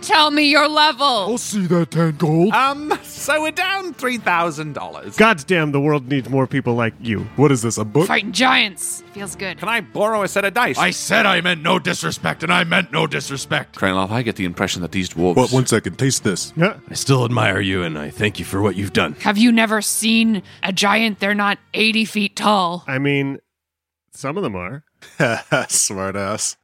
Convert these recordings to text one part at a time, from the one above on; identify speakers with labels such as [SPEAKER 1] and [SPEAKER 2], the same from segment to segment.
[SPEAKER 1] Tell me your level.
[SPEAKER 2] I'll see that ten gold.
[SPEAKER 3] Um, so we're down three thousand dollars.
[SPEAKER 4] Goddamn, the world needs more people like you.
[SPEAKER 2] What is this? A book?
[SPEAKER 1] Fighting giants. Feels good.
[SPEAKER 3] Can I borrow a set of dice?
[SPEAKER 5] I said I meant no disrespect, and I meant no disrespect.
[SPEAKER 6] Krylov, I get the impression that these dwarves.
[SPEAKER 2] What? One second. Taste this.
[SPEAKER 4] Huh?
[SPEAKER 5] I still admire you, and I thank you for what you've done.
[SPEAKER 1] Have you never seen a giant? They're not 80 feet tall.
[SPEAKER 4] I mean, some of them are.
[SPEAKER 2] Smart ass.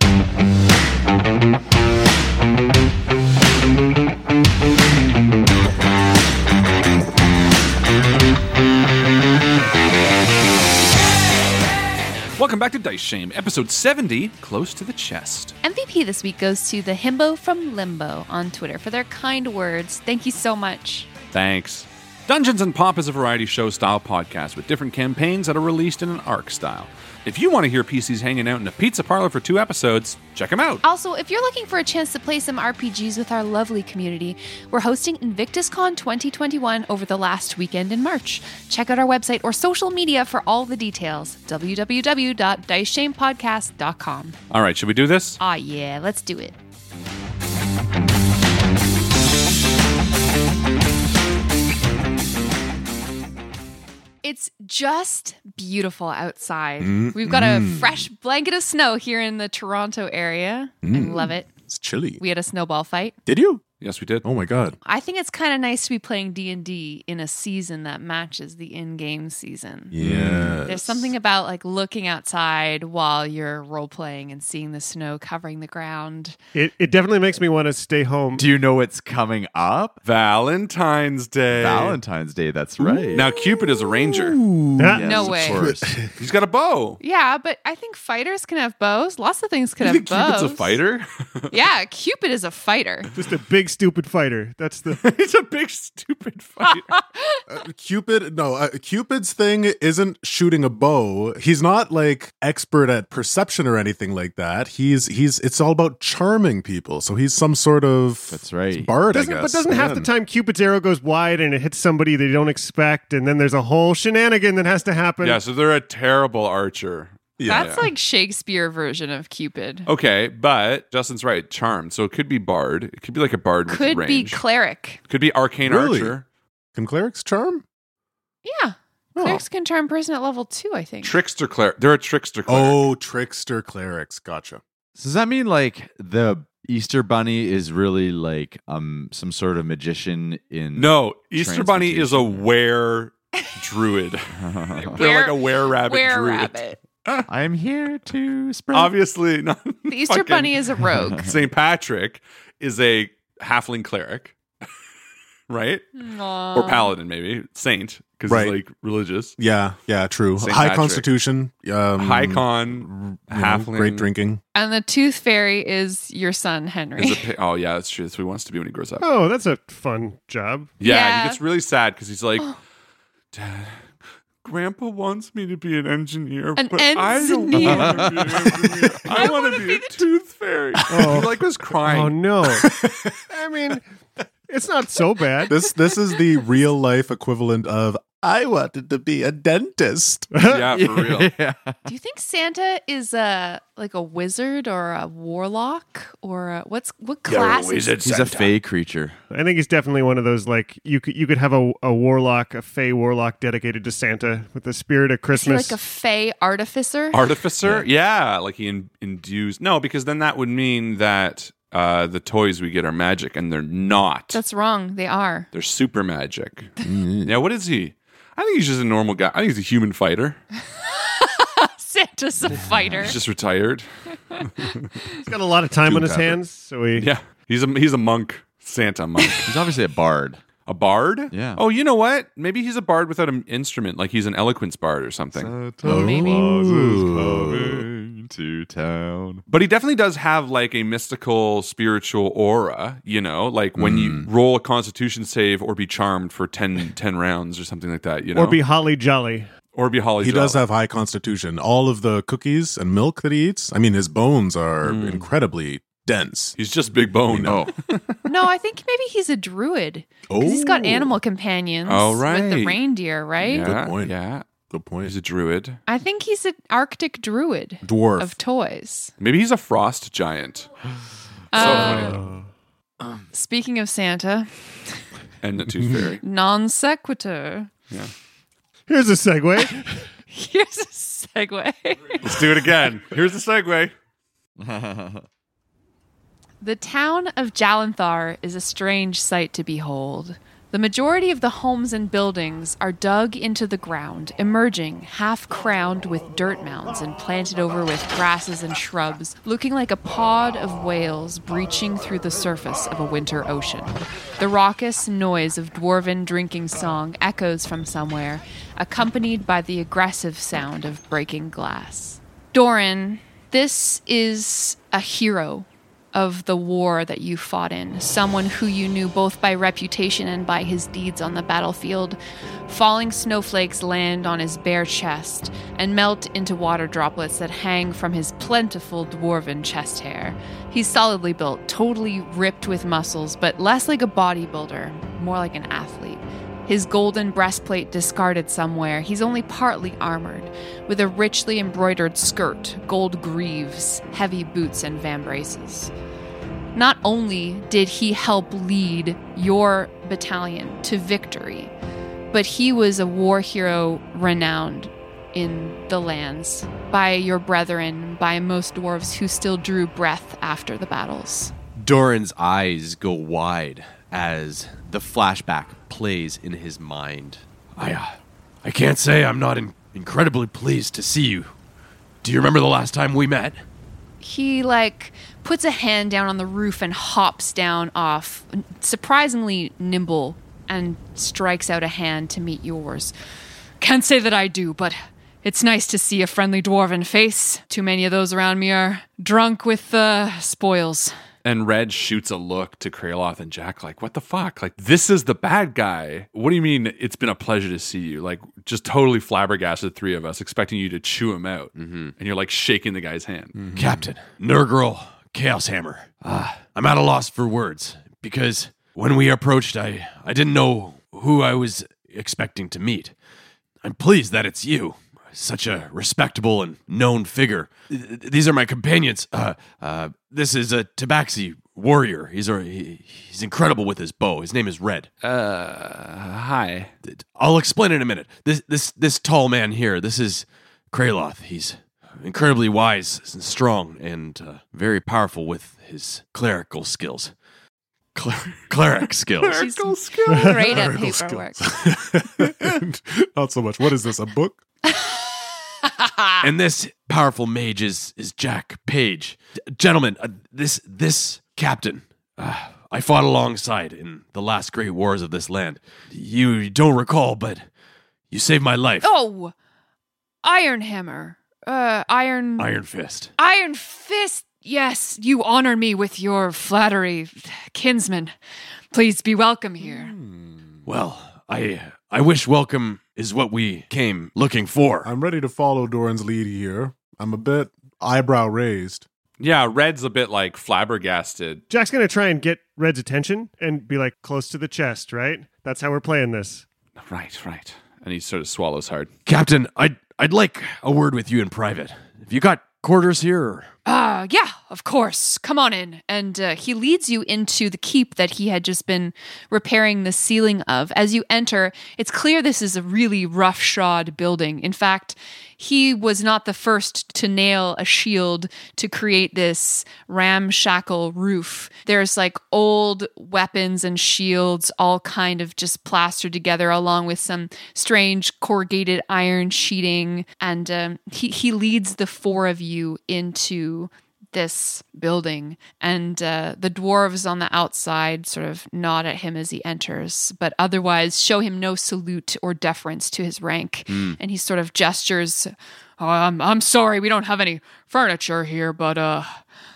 [SPEAKER 6] Welcome back to Dice Shame, episode 70, Close to the Chest.
[SPEAKER 1] MVP this week goes to the Himbo from Limbo on Twitter for their kind words. Thank you so much.
[SPEAKER 6] Thanks. Dungeons and Pop is a variety show style podcast with different campaigns that are released in an arc style. If you want to hear PCs hanging out in a pizza parlor for two episodes, check them out.
[SPEAKER 1] Also, if you're looking for a chance to play some RPGs with our lovely community, we're hosting InvictusCon 2021 over the last weekend in March. Check out our website or social media for all the details. www.diceshamepodcast.com.
[SPEAKER 6] All right, should we do this?
[SPEAKER 1] Ah, yeah, let's do it. It's just beautiful outside. We've got a fresh blanket of snow here in the Toronto area. I love it.
[SPEAKER 2] It's chilly.
[SPEAKER 1] We had a snowball fight.
[SPEAKER 2] Did you?
[SPEAKER 6] Yes, we did.
[SPEAKER 2] Oh my god.
[SPEAKER 1] I think it's kind of nice to be playing D&D in a season that matches the in-game season.
[SPEAKER 2] Yeah.
[SPEAKER 1] There's something about like looking outside while you're role playing and seeing the snow covering the ground.
[SPEAKER 4] It, it definitely makes me want to stay home.
[SPEAKER 7] Do you know what's coming up?
[SPEAKER 6] Valentine's Day.
[SPEAKER 7] Valentine's Day. That's right.
[SPEAKER 6] Now, Cupid is a ranger.
[SPEAKER 4] Huh?
[SPEAKER 7] Yes,
[SPEAKER 1] No
[SPEAKER 7] of
[SPEAKER 1] way.
[SPEAKER 7] course.
[SPEAKER 6] He's got a bow.
[SPEAKER 1] Yeah, but I think fighters can have bows. Lots of things could
[SPEAKER 6] You
[SPEAKER 1] have
[SPEAKER 6] think
[SPEAKER 1] bows.
[SPEAKER 6] Cupid's a fighter?
[SPEAKER 1] Yeah, Cupid is a fighter.
[SPEAKER 4] Just a big stupid fighter. That's the
[SPEAKER 6] He's a big, stupid fighter.
[SPEAKER 2] Uh, Cupid, no, uh, Cupid's thing isn't shooting a bow. He's not like expert at perception or anything like that. He's he's it's all about charming people. So he's some sort of
[SPEAKER 7] That's right.
[SPEAKER 2] bard, I
[SPEAKER 4] doesn't,
[SPEAKER 2] guess.
[SPEAKER 4] but doesn't half the
[SPEAKER 2] Man.
[SPEAKER 4] time Cupid's arrow goes wide and it hits somebody they don't expect, and then there's a whole shenanigan that has to happen.
[SPEAKER 6] yeah, so they're a terrible archer.
[SPEAKER 2] Yeah.
[SPEAKER 1] That's like Shakespeare version of Cupid.
[SPEAKER 6] Okay, but Justin's right. Charmed. So it could be bard. It could be like a bard. with
[SPEAKER 1] Could be
[SPEAKER 6] range.
[SPEAKER 1] cleric.
[SPEAKER 6] could be arcane
[SPEAKER 2] Really?
[SPEAKER 6] archer.
[SPEAKER 2] Can clerics charm?
[SPEAKER 6] Oh.
[SPEAKER 1] Yeah. Clerics can charm person at level two, I think.
[SPEAKER 6] Trickster cleric. They're a trickster cleric.
[SPEAKER 2] Oh, trickster clerics. Gotcha.
[SPEAKER 7] So does that mean like the Easter Bunny is really like um some sort of magician in?
[SPEAKER 6] No, Easter Bunny is a
[SPEAKER 7] Transmutation.
[SPEAKER 6] were druid. They're like a were rabbit
[SPEAKER 1] Were
[SPEAKER 6] druid.
[SPEAKER 1] rabbit.
[SPEAKER 7] I'm here to spread.
[SPEAKER 6] Obviously, not.
[SPEAKER 1] The Easter
[SPEAKER 6] fucking-
[SPEAKER 1] Bunny is a rogue.
[SPEAKER 6] St. Patrick is a halfling cleric, right?
[SPEAKER 1] Aw.
[SPEAKER 6] Or paladin, maybe. Saint, because
[SPEAKER 2] Right.
[SPEAKER 6] he's like religious.
[SPEAKER 2] Yeah, yeah, true.
[SPEAKER 6] Saint
[SPEAKER 2] High
[SPEAKER 6] Patrick.
[SPEAKER 2] constitution. Um,
[SPEAKER 6] High
[SPEAKER 2] you
[SPEAKER 6] con,
[SPEAKER 2] know,
[SPEAKER 6] halfling.
[SPEAKER 2] Great drinking.
[SPEAKER 1] And the tooth fairy is your son, Henry.
[SPEAKER 6] Is a, pi- oh, yeah, that's true. That's what he wants to be when he grows up.
[SPEAKER 4] Oh, that's a fun job.
[SPEAKER 6] Yeah,
[SPEAKER 1] Yeah.
[SPEAKER 6] he gets really sad because he's like, Dad, Grandpa wants me to be an engineer,
[SPEAKER 1] An
[SPEAKER 6] but I don't
[SPEAKER 1] engineer.
[SPEAKER 6] want to be an engineer. I, want to be, a tooth fairy. He like was crying.
[SPEAKER 4] Oh no! I mean, it's not so bad.
[SPEAKER 2] This this is the real life equivalent of I wanted to be a dentist.
[SPEAKER 6] Yeah, for real.
[SPEAKER 7] yeah.
[SPEAKER 1] Do you think Santa is a like a wizard or a warlock or a, what's what class? is-
[SPEAKER 7] He's a fey creature.
[SPEAKER 4] I think he's definitely one of those like you could you could have a, a warlock, a fey warlock dedicated to Santa with the spirit of
[SPEAKER 1] Is he
[SPEAKER 4] Christmas.
[SPEAKER 1] like a fey artificer?
[SPEAKER 6] Artificer? Yeah. like he in- induced. No, because then that would mean that uh, the toys we get are magic, and they're not.
[SPEAKER 1] That's wrong. They are.
[SPEAKER 6] they're super magic. yeah, what is he? I think he's just a normal guy. I think he's a human fighter.
[SPEAKER 1] Santa's a fighter.
[SPEAKER 6] He's just retired.
[SPEAKER 4] he's got a lot of time on his
[SPEAKER 6] Tooth effort.
[SPEAKER 4] hands, so he
[SPEAKER 6] Yeah, he's a he's a monk, Santa monk.
[SPEAKER 7] He's obviously a bard.
[SPEAKER 6] A bard?
[SPEAKER 7] Yeah.
[SPEAKER 6] Oh, you know what? Maybe he's a bard without an instrument, like he's an eloquence bard or something.
[SPEAKER 1] Maybe.
[SPEAKER 7] to town.
[SPEAKER 6] But he definitely does have like a mystical spiritual aura, you know, like when you
[SPEAKER 2] Hmm.
[SPEAKER 6] roll a constitution save or be charmed for 10, 10 rounds or something like that, you know.
[SPEAKER 4] or be holly jolly.
[SPEAKER 6] or be Holly
[SPEAKER 2] He
[SPEAKER 6] Jolly.
[SPEAKER 2] does have high constitution. All of the cookies and milk that he eats, I mean, his bones are incredibly dense.
[SPEAKER 6] Hmm. He's just big boned.
[SPEAKER 2] know.
[SPEAKER 1] No, I think maybe he's a druid. Because he's got
[SPEAKER 2] Oh.
[SPEAKER 1] animal companions
[SPEAKER 6] Oh,
[SPEAKER 1] with the
[SPEAKER 6] right.
[SPEAKER 1] reindeer, right?
[SPEAKER 6] Yeah,
[SPEAKER 2] Good point.
[SPEAKER 6] Yeah.
[SPEAKER 2] Good
[SPEAKER 6] He's
[SPEAKER 2] point.
[SPEAKER 6] a druid.
[SPEAKER 1] I think he's an Arctic druid
[SPEAKER 2] Dwarf.
[SPEAKER 1] of toys.
[SPEAKER 6] Maybe he's a frost giant. So
[SPEAKER 1] Uh,
[SPEAKER 6] funny.
[SPEAKER 4] Oh.
[SPEAKER 1] Speaking of Santa,
[SPEAKER 6] And the tooth fairy.
[SPEAKER 1] non sequitur.
[SPEAKER 4] Here's a segue.
[SPEAKER 1] Here's a segue.
[SPEAKER 6] Let's do it again. Here's the segue.
[SPEAKER 1] the town of Jalanthar is a strange sight to behold. The majority of the homes and buildings are dug into the ground, emerging half crowned with dirt mounds and planted over with grasses and shrubs, looking like a pod of whales breaching through the surface of a winter ocean. The raucous noise of dwarven drinking song echoes from somewhere, accompanied by the aggressive sound of breaking glass. Doran, this is a hero of the war that you fought in, someone who you knew both by reputation and by his deeds on the battlefield. Falling snowflakes land on his bare chest and melt into water droplets that hang from his plentiful dwarven chest hair. He's solidly built, totally ripped with muscles, but less like a bodybuilder, more like an athlete. His golden breastplate discarded somewhere, he's only partly armored, with a richly embroidered skirt, gold greaves, heavy boots, and vambraces. Not only did he help lead your battalion to victory, but he was a war hero renowned in the lands by your brethren, by most dwarves who still drew breath after the battles.
[SPEAKER 8] Doran's eyes go wide as the flashback plays in his mind.
[SPEAKER 5] I, uh, I can't say I'm not in- incredibly pleased to see you. Do you remember the last time we met?
[SPEAKER 1] he like puts a hand down on the roof and hops down off surprisingly nimble and strikes out a hand to meet yours can't say that i do but it's nice to see a friendly dwarven face too many of those around me are drunk with uh, spoils
[SPEAKER 6] And Red shoots a look to Kraloth and Jack, like, what the fuck? Like, this is the bad guy. What do you mean it's been a pleasure to see you? Like, just totally flabbergasted, the three of us, expecting you to chew him out. Mm-hmm. And you're like shaking the guy's hand.
[SPEAKER 5] Captain, Nurgirl, Chaos Hammer. Uh,
[SPEAKER 6] Ah.
[SPEAKER 5] I'm at a loss for words because when we approached, I, I didn't know who I was expecting to meet. I'm pleased that it's you, such a respectable and known figure. Th- th- These are my companions. Uh, uh, this is a Tabaxi warrior. He's, a, he- he's incredible with his bow. His name is Red.
[SPEAKER 6] Hi.
[SPEAKER 5] I'll explain in a minute. This this this tall man here. This is Kraloth. He's incredibly wise and strong, and uh, very powerful with his clerical skills. Cler- cleric skills.
[SPEAKER 1] she's great at paperwork
[SPEAKER 2] Not so much. What is this? A book?
[SPEAKER 5] and this powerful mage is is Jack Page. D- gentlemen, uh, this this captain uh, I fought alongside in the last great wars of this land. You don't recall, but you saved my life.
[SPEAKER 1] oh iron hammer uh iron
[SPEAKER 5] Iron Fist.
[SPEAKER 1] Iron Fist, yes, you honor me with your flattery, kinsman. Please be welcome here.
[SPEAKER 5] Well, I I wish welcome is what we came looking for.
[SPEAKER 2] I'm ready to follow Doran's lead here. I'm a bit eyebrow raised.
[SPEAKER 6] Yeah, Red's a bit like flabbergasted.
[SPEAKER 4] Jack's gonna try and get Red's attention and be like close to the chest, right? That's how we're playing this.
[SPEAKER 6] Right, right. And he sort of swallows hard.
[SPEAKER 5] Captain, I'd, I'd like a word with you in private. Have you got quarters here? Or...
[SPEAKER 1] Uh, yeah, of course. Come on in. And uh, he leads you into the keep that he had just been repairing the ceiling of. As you enter, it's clear this is a really roughshod building. In fact, he was not the first to nail a shield to create this ramshackle roof. There's like old weapons and shields all kind of just plastered together, along with some strange corrugated iron sheeting. And um, he, he leads the four of you into this building and uh, the dwarves on the outside sort of nod at him as he enters but otherwise show him no salute or deference to his rank
[SPEAKER 9] Mm.
[SPEAKER 1] and he sort of gestures um, i'm sorry we don't have any furniture here but uh,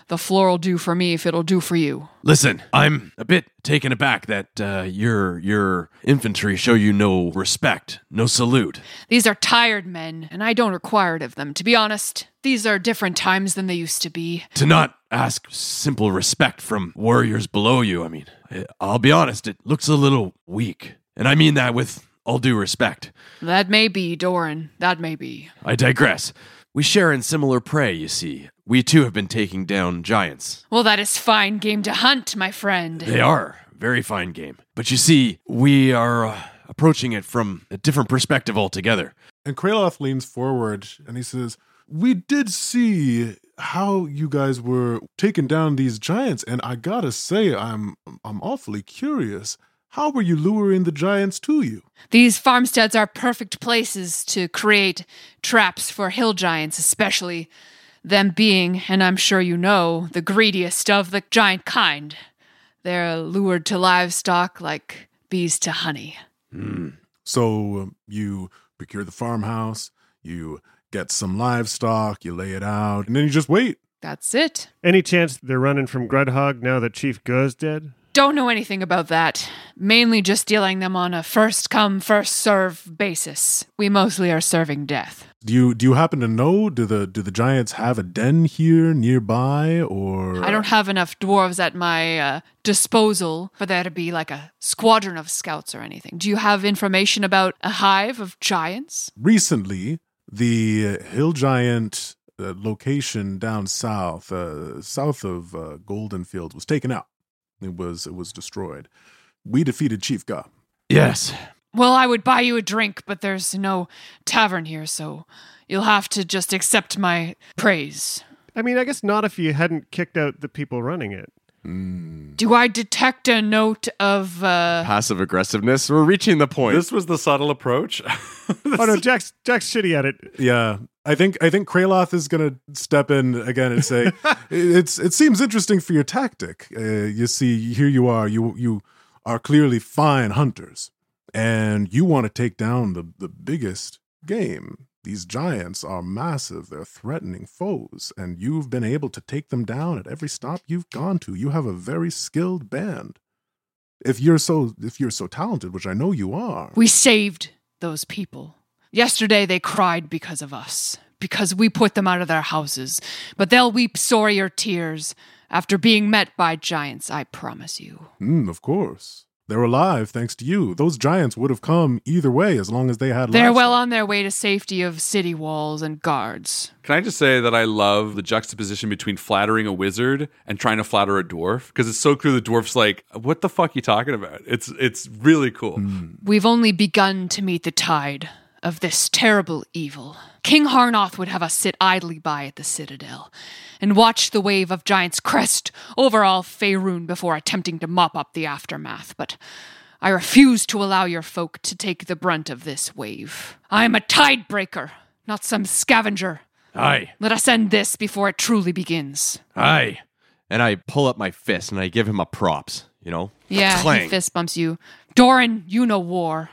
[SPEAKER 1] the floor will do for me if it'll do for you
[SPEAKER 5] Listen, I'm a bit taken aback that uh, your your infantry show you no respect, no salute.
[SPEAKER 1] These are tired men, and I don't require it of them. To be honest, these are different times than they used to be.
[SPEAKER 5] To not ask simple respect from warriors below you, I mean, I- I'll be honest, it looks a little weak. And I mean that with all due respect.
[SPEAKER 1] That may be, Doran. That may be.
[SPEAKER 5] I digress. We share in similar prey, you see. We too have been taking down giants.
[SPEAKER 1] Well, that is fine game to hunt, my friend.
[SPEAKER 5] They are. Very fine game. But you see, we are uh, approaching it from a different perspective altogether.
[SPEAKER 2] And Kraloth leans forward and he says, We did see how you guys were taking down these giants, and I gotta say, I'm I'm awfully curious. How were you luring the giants to you?
[SPEAKER 1] These farmsteads are perfect places to create traps for hill giants, especially them being, and I'm sure you know, the greediest of the giant kind. They're lured to livestock like bees to honey.
[SPEAKER 2] So um, you procure the farmhouse, you get some livestock, you lay it out, and then you just wait.
[SPEAKER 1] That's it.
[SPEAKER 4] Any chance they're running from Grudhog now that Chief Go's dead?
[SPEAKER 1] Don't know anything about that. Mainly just dealing them on a first come, first serve basis. We mostly are serving death.
[SPEAKER 2] Do you do you happen to know do the do the giants have a den here nearby or
[SPEAKER 1] I don't have enough dwarves at my uh, disposal for there to be like a squadron of scouts or anything. Do you have information about a hive of giants?
[SPEAKER 2] recently the uh, hill giant uh, location down south uh, south of uh, golden fields was taken out it was it was destroyed we defeated chief ga
[SPEAKER 5] yes
[SPEAKER 1] Well, I would buy you a drink, but there's no tavern here, so you'll have to just accept my praise.
[SPEAKER 4] I mean, I guess not if you hadn't kicked out the people running it.
[SPEAKER 2] Mm.
[SPEAKER 1] Do I detect a note of uh,
[SPEAKER 8] Passive aggressiveness. We're reaching the point.
[SPEAKER 6] This was the subtle approach.
[SPEAKER 4] oh no, Jack's Jack's shitty at it.
[SPEAKER 2] yeah i think i think kraloth is gonna step in again and say it's it seems interesting for your tactic uh, you see here you are you you are clearly fine hunters and you want to take down the the biggest game these giants are massive they're threatening foes and you've been able to take them down at every stop you've gone to you have a very skilled band if you're so if you're so talented which i know you are
[SPEAKER 1] We saved those people. Yesterday they cried because of us, because we put them out of their houses. But they'll weep sorrier tears after being met by giants, I promise you.
[SPEAKER 2] Mm, of course. They're alive thanks to you. Those giants would have come either way as long as they had
[SPEAKER 1] They're
[SPEAKER 2] lives.
[SPEAKER 1] well on their way to safety of city walls and guards.
[SPEAKER 6] Can I just say that I love the juxtaposition between flattering a wizard and trying to flatter a dwarf? Because it's so clear the dwarf's like, "What the fuck you talking about?" It's it's really cool.
[SPEAKER 1] We've only begun to meet the tide of this terrible evil. King Harnoth would have us sit idly by at the citadel and watch the wave of giants crest over all Faerun before attempting to mop up the aftermath, but I refuse to allow your folk to take the brunt of this wave. I am a tide breaker, not some scavenger.
[SPEAKER 8] Aye.
[SPEAKER 1] Let us end this before it truly begins.
[SPEAKER 8] Aye. And I pull up my fist and I give him a props, you know?
[SPEAKER 1] Yeah, he
[SPEAKER 8] Clang.
[SPEAKER 1] fist bumps you. Doran, you know war.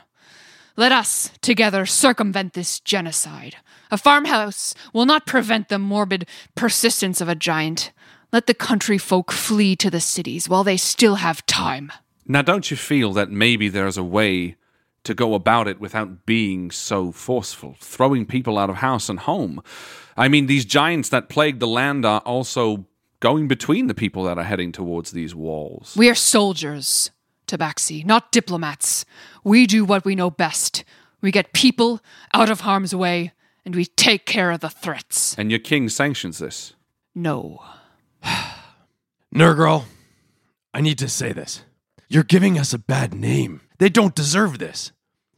[SPEAKER 1] Let us together circumvent this genocide. A farmhouse will not prevent the morbid persistence of a giant. Let the country folk flee to the cities while they still have time.
[SPEAKER 6] Now, don't you feel that maybe there's a way to go about it without being so forceful, throwing people out of house and home. I mean, these giants that plague the land are also going between the people that are heading towards these walls.
[SPEAKER 1] We are soldiers, Tabaxi, not diplomats. We do what we know best. We get people out of harm's way, and we take care of the threats.
[SPEAKER 6] And your king sanctions this.
[SPEAKER 1] No.
[SPEAKER 5] Nurgirl, I need to say this. You're giving us a bad name. They don't deserve this.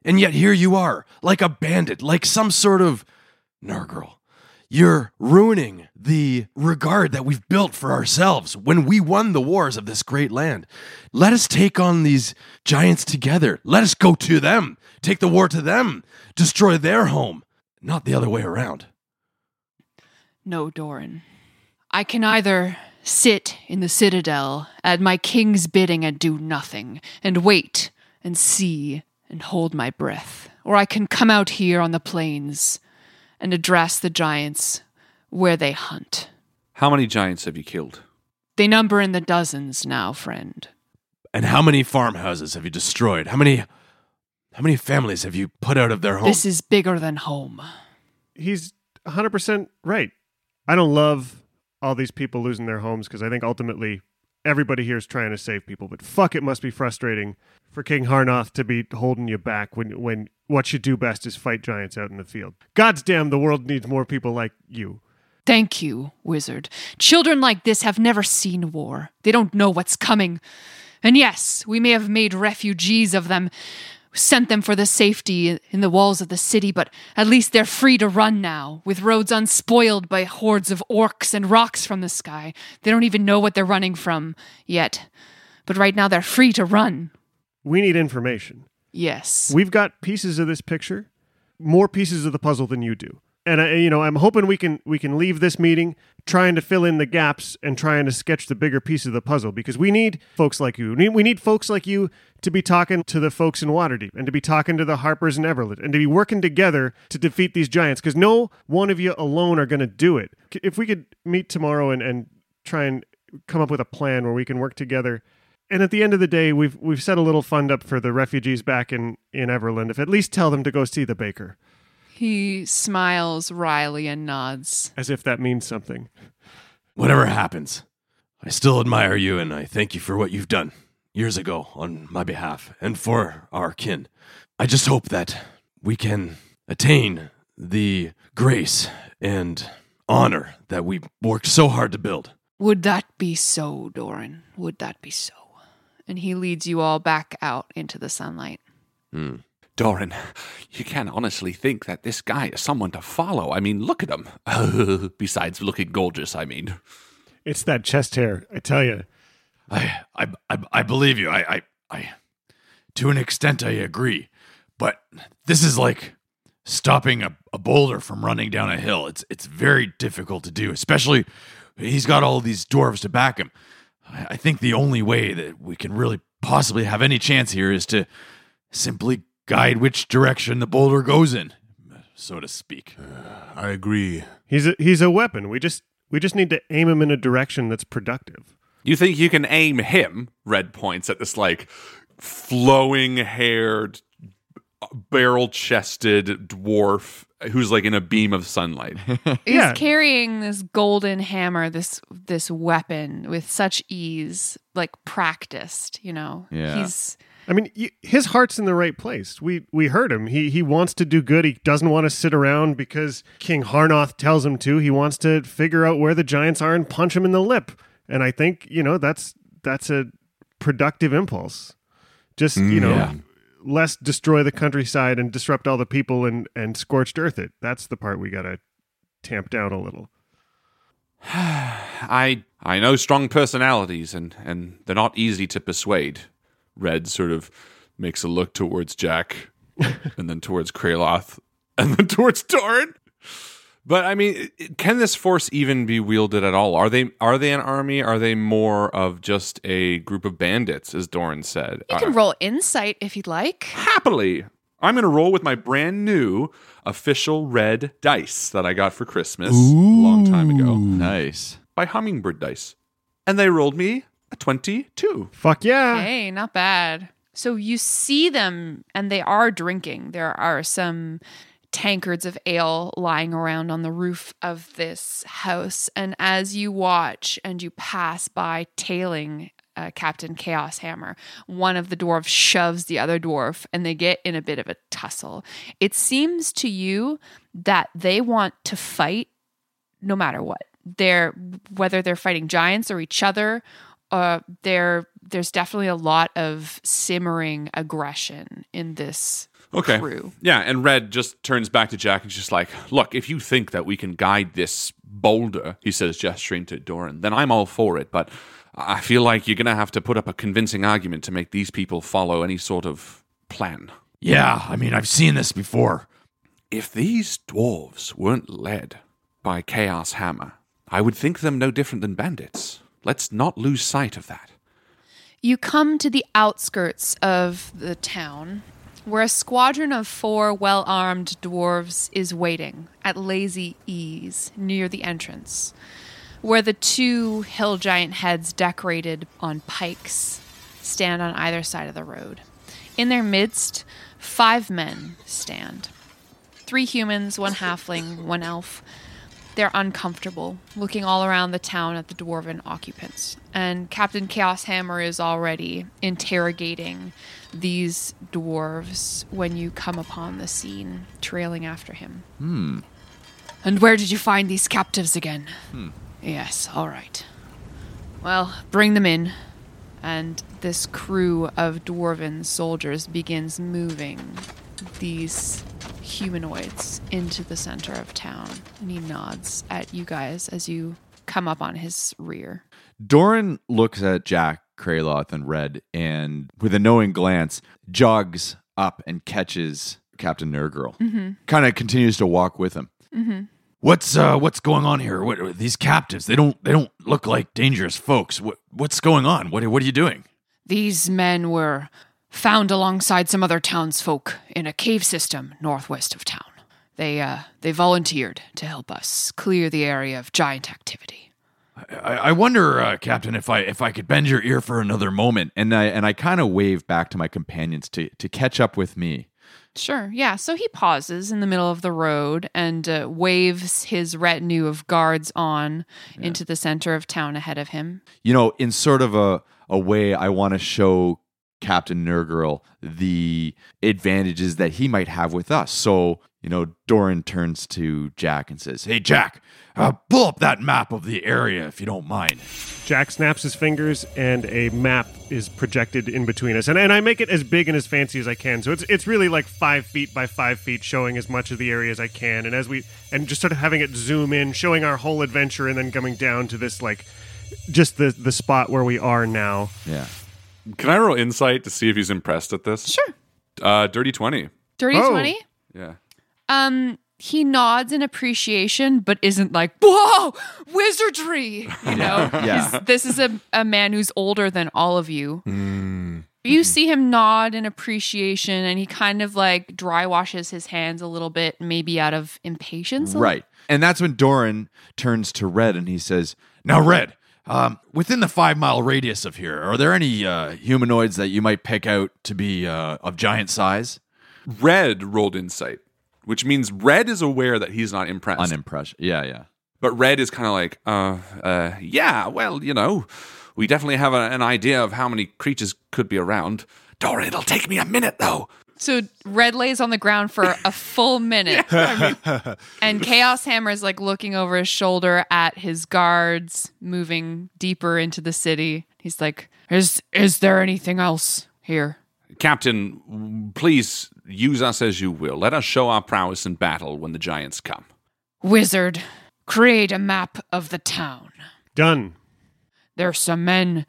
[SPEAKER 5] And yet here you are, like a bandit, like some sort of. Nurgirl, you're ruining the regard that we've built for ourselves when we won the wars of this great land. Let us take on these giants together. Let us go to them, take the war to them, destroy their home, not the other way around.
[SPEAKER 1] No, Doran. I can either sit in the citadel at my king's bidding and do nothing, and wait and see and hold my breath, or I can come out here on the plains and address the giants where they hunt.
[SPEAKER 6] How many giants have you killed?
[SPEAKER 1] They number in the dozens now, friend.
[SPEAKER 5] And how many farmhouses have you destroyed? How many how many families have you put out of their home?
[SPEAKER 1] This is bigger than home.
[SPEAKER 4] He's 100% right. I don't love all these people losing their homes because I think ultimately everybody here is trying to save people, but fuck, it must be frustrating for King Harnoth to be holding you back when, when what you do best is fight giants out in the field. God's damn, the world needs more people like you.
[SPEAKER 1] Thank you, wizard. Children like this have never seen war. They don't know what's coming. And yes, we may have made refugees of them, sent them for the safety in the walls of the city, but at least they're free to run now, with roads unspoiled by hordes of orcs and rocks from the sky. They don't even know what they're running from yet. But right now they're free to run.
[SPEAKER 4] We need information.
[SPEAKER 1] Yes.
[SPEAKER 4] We've got pieces of this picture, more pieces of the puzzle than you do. And I, you know, I'm hoping we can we can leave this meeting trying to fill in the gaps and trying to sketch the bigger piece of the puzzle because we need folks like you. We need, we need folks like you to be talking to the folks in Waterdeep and to be talking to the Harpers and Everlet and to be working together to defeat these giants because no one of you alone are going to do it. C- If we could meet tomorrow and, and try and come up with a plan where we can work together and at the end of the day, we've we've set a little fund up for the refugees back in in Everland. If at least tell them to go see the baker,
[SPEAKER 1] He smiles wryly and nods.
[SPEAKER 4] as if that means something.
[SPEAKER 5] Whatever happens, I still admire you and I thank you for what you've done years ago on my behalf and for our kin. I just hope that we can attain the grace and honor that we worked so hard to build.
[SPEAKER 1] Would that be so, Doran? Would that be so? And he leads you all back out into the sunlight.
[SPEAKER 6] Doran, you can honestly think that this guy is someone to follow. I mean, look at him. Besides looking gorgeous, I mean.
[SPEAKER 4] It's that chest hair, I tell you.
[SPEAKER 5] I I I, I believe you. I, I I to an extent I agree, but this is like stopping a, a boulder from running down a hill. It's it's very difficult to do, especially he's got all these dwarves to back him. I, I think the only way that we can really possibly have any chance here is to simply guide which direction the boulder goes in, so to speak.
[SPEAKER 2] I agree.
[SPEAKER 4] He's a, he's a weapon. We just we just need to aim him in a direction that's productive.
[SPEAKER 6] You think you can aim him, red points, at this like flowing haired, barrel chested dwarf who's like in a beam of sunlight.
[SPEAKER 1] He's
[SPEAKER 4] Yeah.
[SPEAKER 1] carrying this golden hammer, this this weapon with such ease, like practiced, you know.
[SPEAKER 7] Yeah.
[SPEAKER 1] He's
[SPEAKER 4] I mean, y his heart's in the right place. We we heard him. He he wants to do good. He doesn't want to sit around because King Harnoth tells him to. He wants to figure out where the giants are and punch him in the lip. And I think you know that's that's a productive impulse. Just you know, less destroy the countryside and disrupt all the people and and scorched earth it. That's the part we gotta tamp down a little.
[SPEAKER 6] I I know strong personalities and, and they're not easy to persuade. Red sort of makes a look towards Jack and then towards Kraloth and then towards Doran. But I mean, i- can this force even be wielded at all? Are they are they an army? Are they more of just a group of bandits, as Doran said?
[SPEAKER 1] you can roll insight if you'd like.
[SPEAKER 6] happily. I'm going to roll with my brand new official red dice that I got for Christmas a long time ago
[SPEAKER 7] Nice.
[SPEAKER 6] by Hummingbird Dice. And they rolled me a 22. Uh.
[SPEAKER 4] Fuck yeah!
[SPEAKER 1] Hey, not bad. So you see them, and they are drinking. There are some tankards of ale lying around on the roof of this house. And as you watch and you pass by tailing uh, Captain Chaos Hammer, one of the dwarves shoves the other dwarf, and they get in a bit of a tussle. It seems to you that they want to fight no matter what. They're whether they're fighting giants or each other, uh, there there's definitely a lot of simmering aggression in this
[SPEAKER 6] Okay.
[SPEAKER 1] crew.
[SPEAKER 6] Yeah, and Red just turns back to Jack and she's like, "Look, if you think that we can guide this boulder," he says, gesturing to Doran, "then I'm all for it. But I feel like you're gonna have to put up a convincing argument to make these people follow any sort of plan."
[SPEAKER 5] Yeah, I mean, I've seen this before.
[SPEAKER 6] If these dwarves weren't led by Chaos Hammer, I would think them no different than bandits. Let's not lose sight of that.
[SPEAKER 1] You come to the outskirts of the town, where a squadron of four well armed dwarves is waiting at Lazy Ease near the entrance, where the two hill giant heads decorated on pikes stand on either side of the road. In their midst, five men stand three humans, one halfling, one elf. They're uncomfortable, looking all around the town at the dwarven occupants. And Captain Chaos Hammer is already interrogating these dwarves when you come upon the scene, trailing after him.
[SPEAKER 7] Hmm.
[SPEAKER 1] And where did you find these captives again? Yes, all right. Well, bring them in. And this crew of dwarven soldiers begins moving these humanoids into the center of town. And he nods at you guys as you come up on his rear.
[SPEAKER 7] Doran looks at Jack, Kraloth, and Red, and with a knowing glance, jogs up and catches Captain Nurgirl.
[SPEAKER 1] Mhm.
[SPEAKER 7] Kind of continues to walk with him.
[SPEAKER 1] Mm-hmm.
[SPEAKER 5] What's uh, what's going on here? What these captives? They don't they don't look like dangerous folks. What what's going on? What what are you doing?
[SPEAKER 9] These men were found alongside some other townsfolk in a cave system northwest of town. They uh, they volunteered to help us clear the area of giant activity.
[SPEAKER 5] I, I wonder, uh, Captain, if I if I could bend your ear for another moment.
[SPEAKER 7] And I and I kind of wave back to my companions to to catch up with me.
[SPEAKER 1] Sure, yeah. So he pauses in the middle of the road and uh, waves his retinue of guards on into the center of town ahead of him.
[SPEAKER 7] You know, in sort of a a way, I want to show Captain Nurgirl the advantages that he might have with us. So you know, Doran turns to Jack and says,
[SPEAKER 5] Hey, Jack, uh, pull up that map of the area if you don't mind.
[SPEAKER 4] Jack snaps his fingers, and a map is projected in between us. And, and I make it as big and as fancy as I can. So it's it's really like five feet by five feet, showing as much of the area as I can. And as we and just sort of having it zoom in, showing our whole adventure, and then coming down to this like just the the spot where we are now.
[SPEAKER 7] Yeah.
[SPEAKER 6] Can I roll insight to see if he's impressed at this?
[SPEAKER 1] Sure.
[SPEAKER 6] Uh, dirty twenty.
[SPEAKER 1] Dirty 20?
[SPEAKER 6] Yeah.
[SPEAKER 1] Um, he nods in appreciation, but isn't like, whoa, wizardry. You know,
[SPEAKER 6] Yeah.
[SPEAKER 1] He's- this is a, a man who's older than all of you.
[SPEAKER 2] Mm.
[SPEAKER 1] You see him nod in appreciation and he kind of like dry washes his hands a little bit, maybe out of impatience. a little-
[SPEAKER 7] Right. And that's when Doran turns to Red and he says,
[SPEAKER 5] Now, Red, um, within the five mile radius of here, are there any uh, humanoids that you might pick out to be uh, of giant size?
[SPEAKER 6] Red rolled insight, which means Red is aware that he's not impressed.
[SPEAKER 7] Unimpressed. Yeah, yeah.
[SPEAKER 6] But Red is kind of like, uh, uh, yeah, well, you know, we definitely have a, an idea of how many creatures could be around. Doran, it'll take me a minute though.
[SPEAKER 1] So Red lays on the ground for a full minute. And Chaos Hammer is like looking over his shoulder at his guards moving deeper into the city. He's like,
[SPEAKER 9] Is is there anything else here?
[SPEAKER 6] Captain, w- please use us as you will. Let us show our prowess in battle when the giants come.
[SPEAKER 9] Wizard, create a map of the town.
[SPEAKER 4] Done.
[SPEAKER 9] There's some men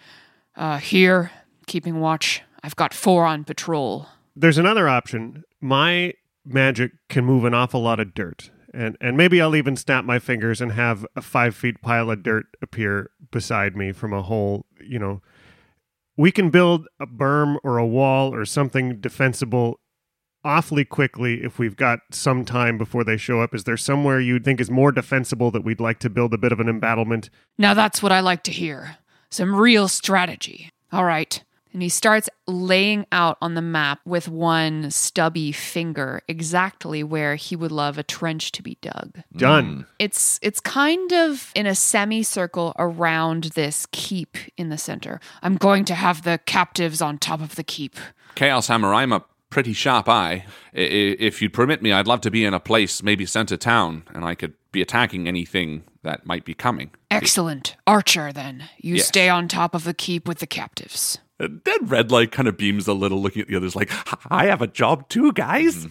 [SPEAKER 9] uh, here keeping watch. I've got four on patrol.
[SPEAKER 4] There's another option. My magic can move an awful lot of dirt. And, and maybe I'll even snap my fingers and have a five feet pile of dirt appear beside me from a hole. You know, we can build a berm or a wall or something defensible awfully quickly if we've got some time before they show up. Is there somewhere you'd think is more defensible that we'd like to build a bit of an embattlement?
[SPEAKER 9] Now that's what I like to hear. Some real strategy. All right.
[SPEAKER 1] And he starts laying out on the map with one stubby finger exactly where he would love a trench to be dug.
[SPEAKER 4] Done.
[SPEAKER 1] It's it's kind of in a semicircle around this keep in the center.
[SPEAKER 9] I'm going to have the captives on top of the keep.
[SPEAKER 6] Chaos Hammer, I'm a pretty sharp eye. I- i- If you'd permit me, I'd love to be in a place, maybe center town, and I could be attacking anything that might be coming.
[SPEAKER 9] Excellent. Archer, then. You
[SPEAKER 6] Yes.
[SPEAKER 9] stay on top of the keep with the captives.
[SPEAKER 6] And then Uh, red light kind of beams a little, looking at the others like, I have a job too, guys.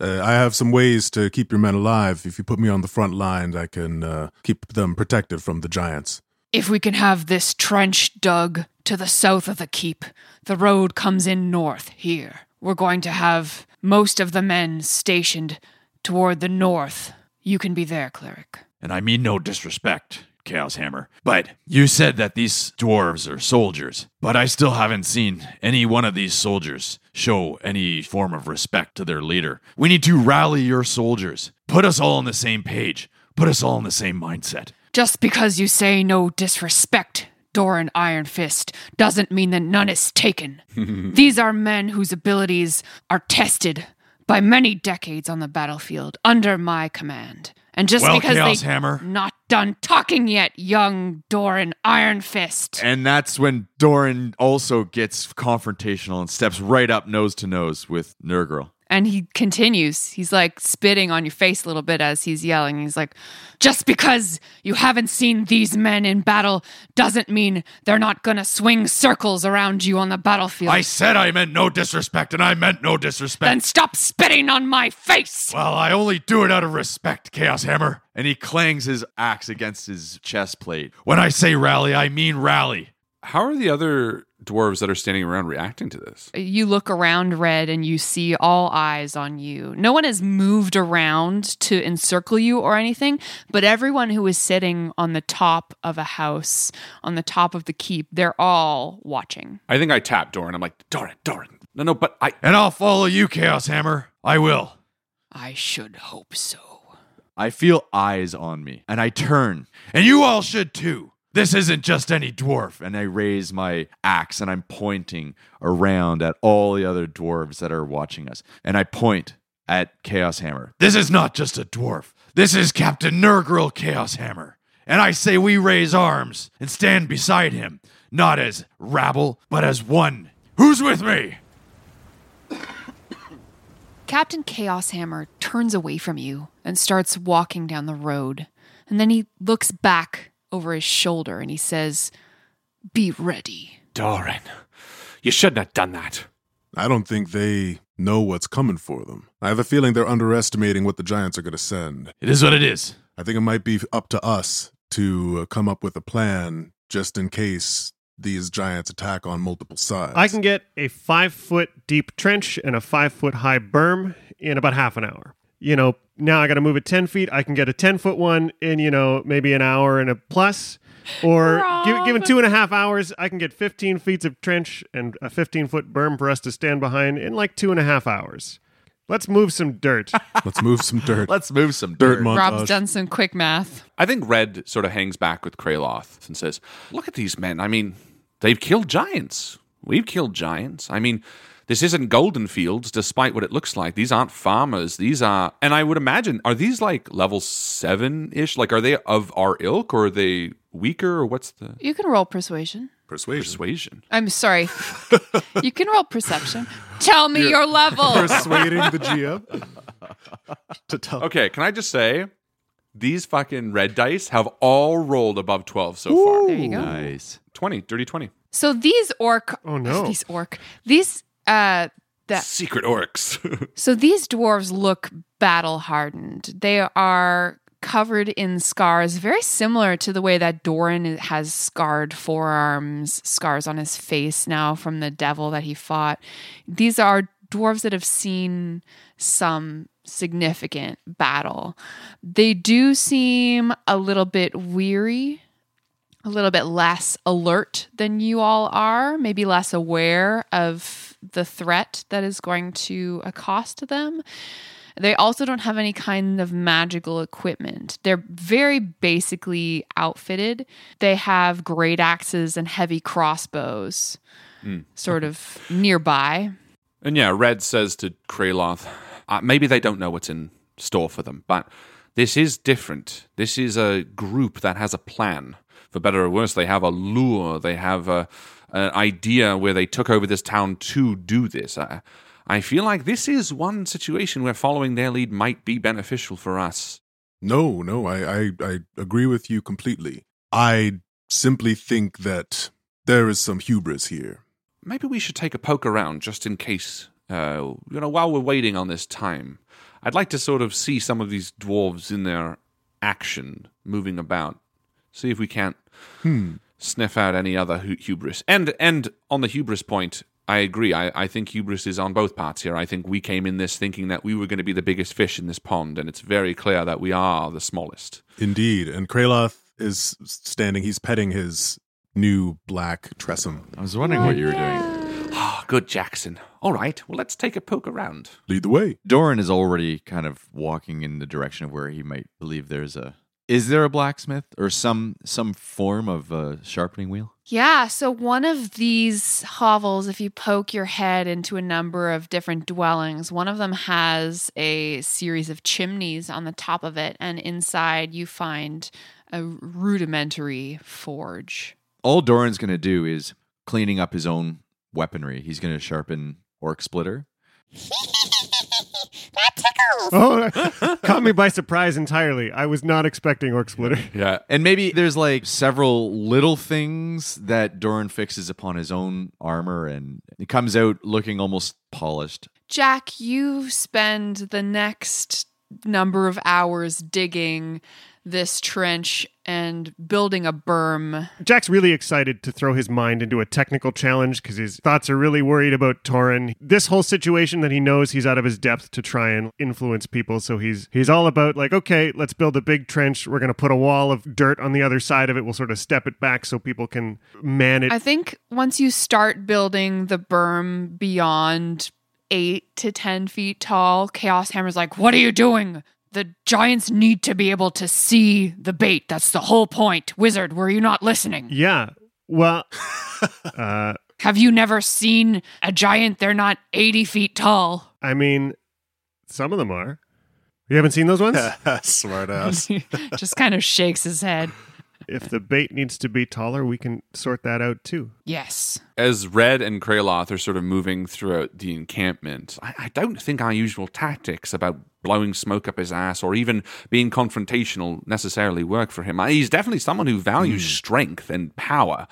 [SPEAKER 2] Uh, I have some ways to keep your men alive. If you put me on the front lines, I can uh, keep them protected from the giants.
[SPEAKER 9] If we can have this trench dug to the south of the keep, the road comes in north here. We're going to have most of the men stationed toward the north. You can be there, cleric.
[SPEAKER 5] And I mean no disrespect, Chaos Hammer, but you said that these dwarves are soldiers, but I still haven't seen any one of these soldiers show any form of respect to their leader. We need to rally your soldiers. Put us all on the same page. Put us all in the same mindset.
[SPEAKER 9] Just because you say no disrespect, Doran Iron Fist, doesn't mean that none is taken. These are men whose abilities are tested by many decades on the battlefield under my command. And just
[SPEAKER 5] Well,
[SPEAKER 9] because
[SPEAKER 5] Chaos
[SPEAKER 9] they
[SPEAKER 5] Hammer.
[SPEAKER 9] not done talking yet, young Doran Iron Fist.
[SPEAKER 7] And that's when Doran also gets confrontational and steps right up nose to nose with Nurgle.
[SPEAKER 1] And he continues. He's like spitting on your face a little bit as he's yelling. He's like,
[SPEAKER 9] Just because you haven't seen these men in battle doesn't mean they're not gonna swing circles around you on the battlefield.
[SPEAKER 5] I said I meant no disrespect, and I meant no disrespect.
[SPEAKER 9] Then stop spitting on my face!
[SPEAKER 5] well, I only do it out of respect, Chaos Hammer.
[SPEAKER 7] And he clangs his axe against his chest plate.
[SPEAKER 5] When I say rally, I mean rally.
[SPEAKER 6] How are the other dwarves that are standing around reacting to this?
[SPEAKER 1] you look around red and you see all eyes on you. No one has moved around to encircle you or anything, but everyone who is sitting on the top of a house, on the top of the keep, they're all watching.
[SPEAKER 6] I think I tapped Doran. I'm like, Doran, Doran. No, no, but I.
[SPEAKER 5] And I'll follow you, Chaos Hammer. I will.
[SPEAKER 9] I should hope so.
[SPEAKER 7] I feel eyes on me and I turn
[SPEAKER 5] And you all should too. This isn't just any dwarf.
[SPEAKER 7] and I raise my axe and I'm pointing around at all the other dwarves that are watching us. And I point at Chaos Hammer.
[SPEAKER 5] This is not just a dwarf. This is Captain Nurgrel Chaos Hammer. And I say we raise arms and stand beside him, not as rabble, but as one. Who's with me?
[SPEAKER 1] Captain Chaos Hammer turns away from you and starts walking down the road. And then he looks back over his shoulder and he says,
[SPEAKER 9] Be ready.
[SPEAKER 6] Doran, you shouldn't have done that.
[SPEAKER 2] I don't think they know what's coming for them. I have a feeling they're underestimating what the giants are going to send.
[SPEAKER 5] It is what it is.
[SPEAKER 2] I think it might be up to us to uh, come up with a plan just in case these giants attack on multiple sides.
[SPEAKER 4] I can get a five foot deep trench and a five foot high berm in about half an hour. You know, now I got to move it 10 feet. I can get a 10 foot one in, you know, maybe an hour and a plus. Or give, give it two and a half hours, I can get 15 feet of trench and a 15 foot berm for us to stand behind in like two and a half hours. Let's move some dirt.
[SPEAKER 2] Let's move some dirt.
[SPEAKER 7] Let's move some
[SPEAKER 2] dirt
[SPEAKER 7] dirt.
[SPEAKER 2] montage.
[SPEAKER 1] Rob's done some quick math.
[SPEAKER 6] I think Red sort of hangs back with Kraloth and says, Look at these men. I mean, they've killed giants. We've killed giants. I mean, this isn't golden fields, despite what it looks like. These aren't farmers. These are, and I would imagine, are these like level seven ish? Like, are they of our ilk or are they weaker or what's the
[SPEAKER 1] You can roll persuasion.
[SPEAKER 2] Persuasion.
[SPEAKER 6] persuasion?
[SPEAKER 1] I'm sorry. you can roll perception. Tell me your level.
[SPEAKER 2] Persuading the GM to tell.
[SPEAKER 6] Okay, can I just say, these fucking red dice have all rolled above 12 so far
[SPEAKER 1] There you go.
[SPEAKER 7] Nice.
[SPEAKER 6] 20, dirty 20.
[SPEAKER 1] So these orc,
[SPEAKER 4] Oh, no.
[SPEAKER 1] these orc, these uh, the,
[SPEAKER 6] Secret orcs.
[SPEAKER 1] so these dwarves look battle hardened. They are covered in scars, very similar to the way that Doran has scarred forearms, scars on his face now from the devil that he fought. These are dwarves that have seen some significant battle. They do seem a little bit weary a little bit less alert than you all are, maybe less aware of the threat that is going to accost them. They also don't have any kind of magical equipment. They're very basically outfitted. They have great axes and heavy crossbows.
[SPEAKER 6] Mm.
[SPEAKER 1] sort of nearby.
[SPEAKER 6] And yeah, Red says to Kreloth, uh, maybe they don't know what's in store for them, but this is different. This is a group that has a plan. For better or worse, they have a lure, they have a, an idea where they took over this town to do this. I, I feel like this is one situation where following their lead might be beneficial for us.
[SPEAKER 2] No, no, I, I, I agree with you completely. I simply think that there is some hubris here.
[SPEAKER 6] Maybe we should take a poke around just in case, uh, you know, while we're waiting on this time. I'd like to sort of see some of these dwarves in their action, moving about. See if we can't
[SPEAKER 2] Hmm.
[SPEAKER 6] sniff out any other hu- hubris. And and on the hubris point, I agree. I, I think hubris is on both parts here. I think we came in this thinking that we were going to be the biggest fish in this pond, and it's very clear that we are the smallest.
[SPEAKER 2] Indeed. And Kraloth is standing, he's petting his new black tressum.
[SPEAKER 7] I was wondering what you were doing.
[SPEAKER 6] Ah, good, Jackson. All right, well, let's take a poke around.
[SPEAKER 2] Lead the way.
[SPEAKER 7] Doran is already kind of walking in the direction of where he might believe there's a. Is there a blacksmith or some some form of a sharpening wheel?
[SPEAKER 1] Yeah, so one of these hovels, if you poke your head into a number of different dwellings, one of them has a series of chimneys on the top of it, and inside you find a rudimentary forge.
[SPEAKER 7] All Doran's going to do is cleaning up his own weaponry. He's going to sharpen orc splitter.
[SPEAKER 4] Oh, caught me by surprise entirely. I was not expecting Orc Splitter.
[SPEAKER 6] Yeah.
[SPEAKER 7] And maybe there's like several little things that Doran fixes upon his own armor and it comes out looking almost polished.
[SPEAKER 1] Jack, you spend the next number of hours digging this trench and building a berm.
[SPEAKER 4] Jack's really excited to throw his mind into a technical challenge because his thoughts are really worried about Torin. This whole situation that he knows he's out of his depth to try and influence people, so he's he's all about like, okay, let's build a big trench. We're gonna put a wall of dirt on the other side of it. We'll sort of step it back so people can man it.
[SPEAKER 1] I think once you start building the berm beyond eight to 10 feet tall, Chaos Hammer's like, What are you doing? The giants need to be able to see the bait. That's the whole point. Wizard, were you not listening?
[SPEAKER 4] yeah. Well, uh,
[SPEAKER 1] Have you never seen a giant? They're not 80 feet tall.
[SPEAKER 4] I mean, some of them are. You haven't seen those ones?
[SPEAKER 2] Smart ass.
[SPEAKER 1] Just kind of shakes his head.
[SPEAKER 4] if the bait needs to be taller, we can sort that out too.
[SPEAKER 1] Yes.
[SPEAKER 6] As Red and Kraloth are sort of moving throughout the encampment, I, I don't think our usual tactics about blowing smoke up his ass or even being confrontational necessarily work for him. I, he's definitely someone who values
[SPEAKER 2] Hmm.
[SPEAKER 6] strength and power.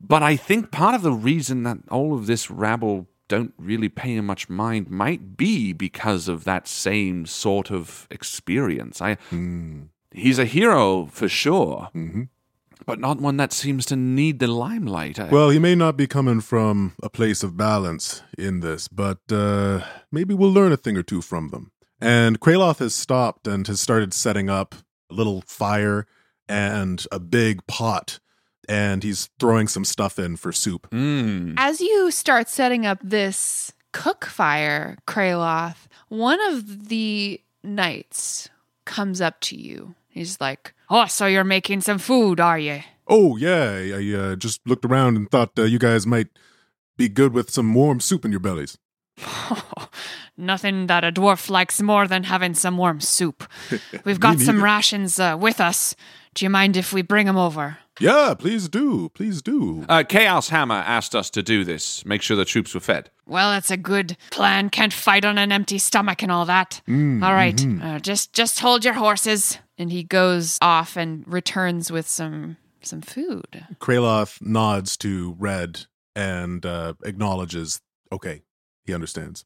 [SPEAKER 6] But I think part of the reason that all of this rabble don't really pay him much mind might be because of that same sort of experience. I,
[SPEAKER 2] Hmm.
[SPEAKER 6] He's a hero for sure,
[SPEAKER 2] Mm-hmm.
[SPEAKER 6] but not one that seems to need the limelight. I-
[SPEAKER 2] Well, he may not be coming from a place of balance in this, but uh, maybe we'll learn a thing or two from them. And Kraloth has stopped and has started setting up a little fire and a big pot, and he's throwing some stuff in for soup.
[SPEAKER 6] Mm.
[SPEAKER 1] As you start setting up this cook fire, Kraloth, one of the knights comes up to you. He's like, Oh, so you're making some food, are you?
[SPEAKER 2] Oh, yeah, I uh, just looked around and thought uh, you guys might be good with some warm soup in your bellies.
[SPEAKER 9] Nothing that a dwarf likes more than having some warm soup. We've
[SPEAKER 2] Me
[SPEAKER 9] got some
[SPEAKER 2] neither.
[SPEAKER 9] rations uh, with us. Do you mind if we bring them over?
[SPEAKER 2] Yeah, please do. Please do.
[SPEAKER 6] Uh, Chaos Hammer asked us to do this, make sure the troops were fed.
[SPEAKER 9] Well, that's a good plan. Can't fight on an empty stomach and all that.
[SPEAKER 2] Mm,
[SPEAKER 9] all right,
[SPEAKER 2] mm-hmm.
[SPEAKER 9] uh, just just hold your horses.
[SPEAKER 1] And he goes off and returns with some some food.
[SPEAKER 2] Kraloth nods to Red and uh, acknowledges, okay, he understands.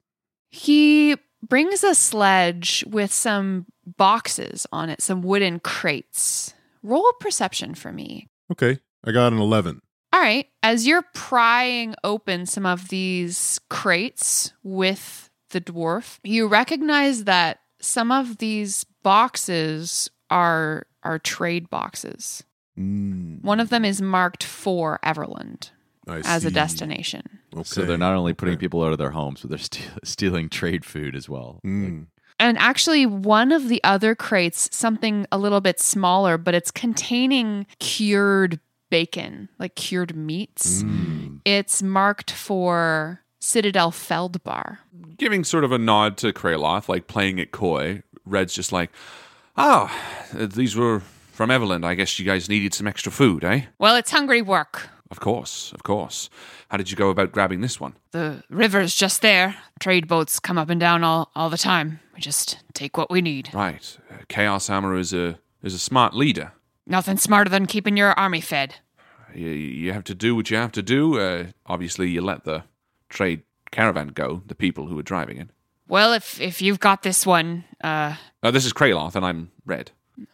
[SPEAKER 1] He brings a sledge with some boxes on it, some wooden crates. Roll perception for me.
[SPEAKER 2] Okay, I got an 11.
[SPEAKER 1] All right. As you're prying open some of these crates with the dwarf, you recognize that some of these boxes are are trade boxes.
[SPEAKER 2] Mm.
[SPEAKER 1] One of them is marked for Everland
[SPEAKER 2] I
[SPEAKER 1] as a
[SPEAKER 2] see.
[SPEAKER 1] destination.
[SPEAKER 2] Okay.
[SPEAKER 7] So they're not only putting people out of their homes, but they're steal- stealing trade food as well.
[SPEAKER 2] Mm.
[SPEAKER 1] And actually, one of the other crates, something a little bit smaller, but it's containing cured bacon, like cured meats.
[SPEAKER 2] Mm.
[SPEAKER 1] It's marked for Citadel Feldbar.
[SPEAKER 6] giving sort of a nod to Kraloth, like playing it coy. Red's just like, oh, these were from Everland. I guess you guys needed some extra food, eh?
[SPEAKER 9] Well, it's hungry work.
[SPEAKER 6] Of course, of course. How did you go about grabbing this one?
[SPEAKER 9] The river's just there. Trade boats come up and down all, all the time. We just take what we need.
[SPEAKER 6] Right, uh, Chaos Hammer is a is a smart leader.
[SPEAKER 9] Nothing smarter than keeping your army fed.
[SPEAKER 6] You, you have to do what you have to do. Uh, obviously, you let the trade caravan go, the people who were driving it.
[SPEAKER 9] Well, if if you've got this one, uh,
[SPEAKER 6] Uh, this is Kraloth, and I'm Red.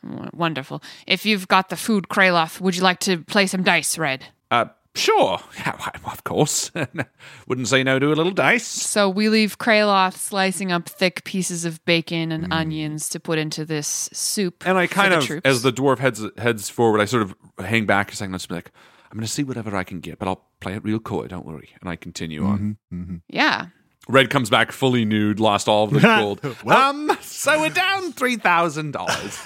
[SPEAKER 9] w- wonderful. If you've got the food, Kraloth, would you like to play some dice, Red?
[SPEAKER 6] Uh, sure, yeah, why, of course. Wouldn't say no to a little dice.
[SPEAKER 1] So we leave Kraloth slicing up thick pieces of bacon and onions to put into this soup.
[SPEAKER 6] Mm. And I
[SPEAKER 1] for
[SPEAKER 6] kind
[SPEAKER 1] the
[SPEAKER 6] of,
[SPEAKER 1] troops.
[SPEAKER 6] as the dwarf heads heads forward, I sort of hang back a second. I'm just like, I'm going to see whatever I can get, but I'll play it real coy. Don't worry. And I continue on.
[SPEAKER 1] mm-hmm. yeah.
[SPEAKER 6] Red comes back fully nude, lost all of the gold.
[SPEAKER 3] um, so we're down three thousand dollars.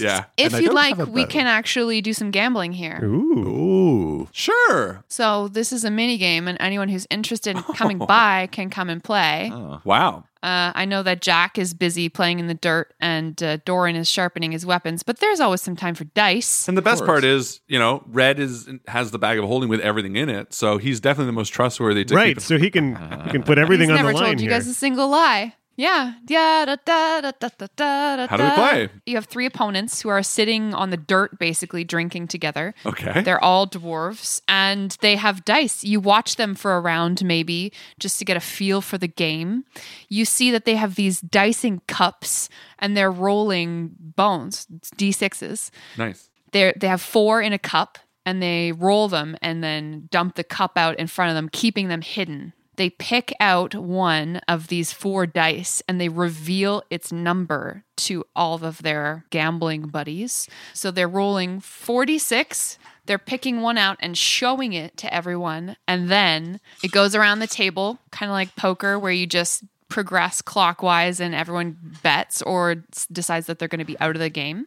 [SPEAKER 6] yeah.
[SPEAKER 1] If you'd like, we can actually do some gambling here.
[SPEAKER 2] Ooh.
[SPEAKER 6] Sure.
[SPEAKER 1] So this is a mini game, and anyone who's interested in coming by can come and play.
[SPEAKER 7] Oh.
[SPEAKER 6] Wow.
[SPEAKER 1] Uh, I know that Jack is busy playing in the dirt, and uh, Doran is sharpening his weapons, but there's always some time for dice.
[SPEAKER 6] And the best part is, you know, Red is has the bag of holding with everything in it, so he's definitely the most trustworthy. To
[SPEAKER 4] Right,
[SPEAKER 6] keep-
[SPEAKER 4] so he can he can put everything
[SPEAKER 1] He's
[SPEAKER 4] on
[SPEAKER 1] never
[SPEAKER 4] the line
[SPEAKER 1] told you
[SPEAKER 4] here.
[SPEAKER 1] guys a single lie. Yeah. Yeah. Da, da, da, da, da, da,
[SPEAKER 6] How do we
[SPEAKER 1] da.
[SPEAKER 6] play?
[SPEAKER 1] You have three opponents who are sitting on the dirt, basically drinking together.
[SPEAKER 6] Okay.
[SPEAKER 1] They're all dwarves and they have dice. You watch them for a round, maybe, just to get a feel for the game. You see that they have these dicing cups and they're rolling bones, D6s.
[SPEAKER 6] nice.
[SPEAKER 1] They're, they have four in a cup and they roll them and then dump the cup out in front of them, keeping them hidden. They pick out one of these four dice and they reveal its number to all of their gambling buddies. So they're rolling 46. They're picking one out and showing it to everyone. And then it goes around the table, kind of like poker, where you just progress clockwise and everyone bets or s- decides that they're going to be out of the game.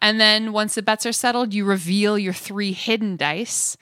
[SPEAKER 1] And then once the bets are settled, you reveal your three hidden dice.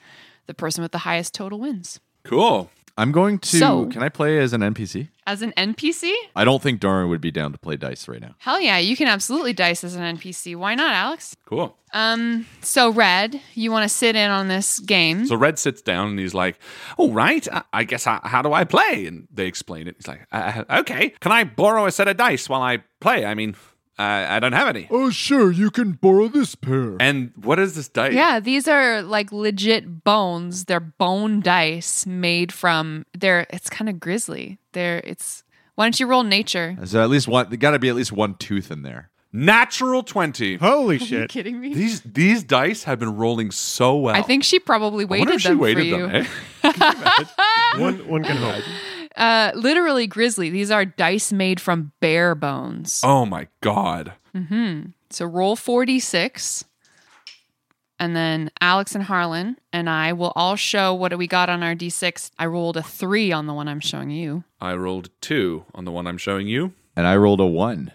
[SPEAKER 1] The person with the highest total wins.
[SPEAKER 6] Cool.
[SPEAKER 7] I'm going to.
[SPEAKER 1] So-
[SPEAKER 7] can I play as an NPC?
[SPEAKER 1] As an NPC?
[SPEAKER 7] I don't think Doran would be down to play dice right now.
[SPEAKER 1] Hell yeah, you can absolutely dice as an NPC. Why not, Alex?
[SPEAKER 6] Cool.
[SPEAKER 1] Um, so Red, you want to sit in on this game.
[SPEAKER 6] Mm-hmm. So Red sits down and he's like, "All right, I, I guess I, how do I play?" And they explain it. He's like, uh, "Okay, can I borrow a set of dice while I play? I mean, I, I don't have any."
[SPEAKER 10] Oh, sure, you can borrow this pair.
[SPEAKER 6] And what is this dice?
[SPEAKER 1] Yeah, these are like legit bones. They're bone dice made from they're it's kind of grisly. They're it's why don't you roll nature?
[SPEAKER 7] So at least one. There got to be at least one tooth in there.
[SPEAKER 6] Natural twenty.
[SPEAKER 4] Holy
[SPEAKER 1] Are you kidding me?
[SPEAKER 6] These these dice have been rolling so well.
[SPEAKER 1] I think she probably
[SPEAKER 6] I wonder
[SPEAKER 1] waited
[SPEAKER 6] if she
[SPEAKER 1] them
[SPEAKER 6] waited
[SPEAKER 1] for you.
[SPEAKER 6] them. eh?
[SPEAKER 4] one one can hope.
[SPEAKER 1] Uh, literally grizzly. These are dice made from bare bones.
[SPEAKER 6] Oh my god.
[SPEAKER 1] Mm-hmm. So roll 46. And then Alex and Harlan and I will all show what we got on our D6. I rolled a three on the one I'm showing you.
[SPEAKER 6] I rolled two on the one I'm showing you.
[SPEAKER 7] And I rolled a one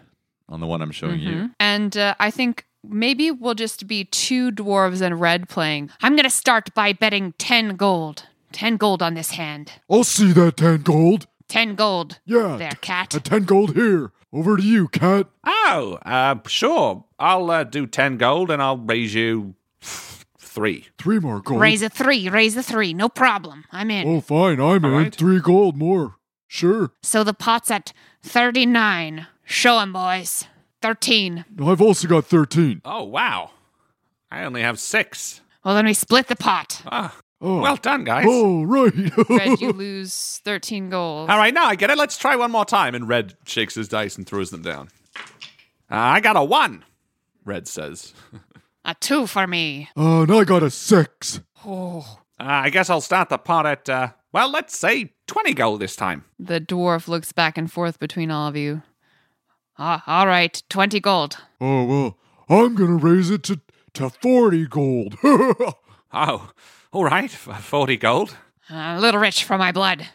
[SPEAKER 7] on the one I'm showing you.
[SPEAKER 1] And uh, I think maybe we'll just be two dwarves and red playing.
[SPEAKER 9] I'm gonna start by betting ten gold. Ten gold on this hand.
[SPEAKER 10] I'll see that 10 gold.
[SPEAKER 9] Ten gold.
[SPEAKER 10] Yeah.
[SPEAKER 9] There,
[SPEAKER 10] t-
[SPEAKER 9] cat.
[SPEAKER 10] A 10 gold here. Over to you, cat.
[SPEAKER 6] Oh, uh, sure. I'll uh, do ten gold and I'll raise you three.
[SPEAKER 10] Three more gold.
[SPEAKER 9] Raise a three. Raise a three. No problem. I'm in.
[SPEAKER 10] Oh, fine, I'm in. Three gold more. Sure.
[SPEAKER 9] So the pot's at thirty-nine. Show 'em, boys. Thirteen.
[SPEAKER 10] No, I've also got 13.
[SPEAKER 6] Oh wow. I only have six.
[SPEAKER 9] Well, then we split the pot.
[SPEAKER 6] Ah.
[SPEAKER 10] Oh.
[SPEAKER 6] Well done, guys.
[SPEAKER 10] Oh, right.
[SPEAKER 1] Red, you lose 13 gold.
[SPEAKER 6] All right, now I get it. Let's try one more time. And Red shakes his dice and throws them down. Uh, I got a one, Red says. "Uh,
[SPEAKER 9] A two for me.
[SPEAKER 10] Oh, and I got a six.
[SPEAKER 9] Oh.
[SPEAKER 6] Uh, I guess I'll start the pot at, uh, well, let's say 20 gold this time.
[SPEAKER 1] The dwarf looks back and forth between all of you.
[SPEAKER 9] Ah, all right. Twenty gold.
[SPEAKER 10] Oh, well, I'm going to raise it to, to 40 gold.
[SPEAKER 6] Oh, all right, f- 40 gold.
[SPEAKER 9] A little rich for my blood.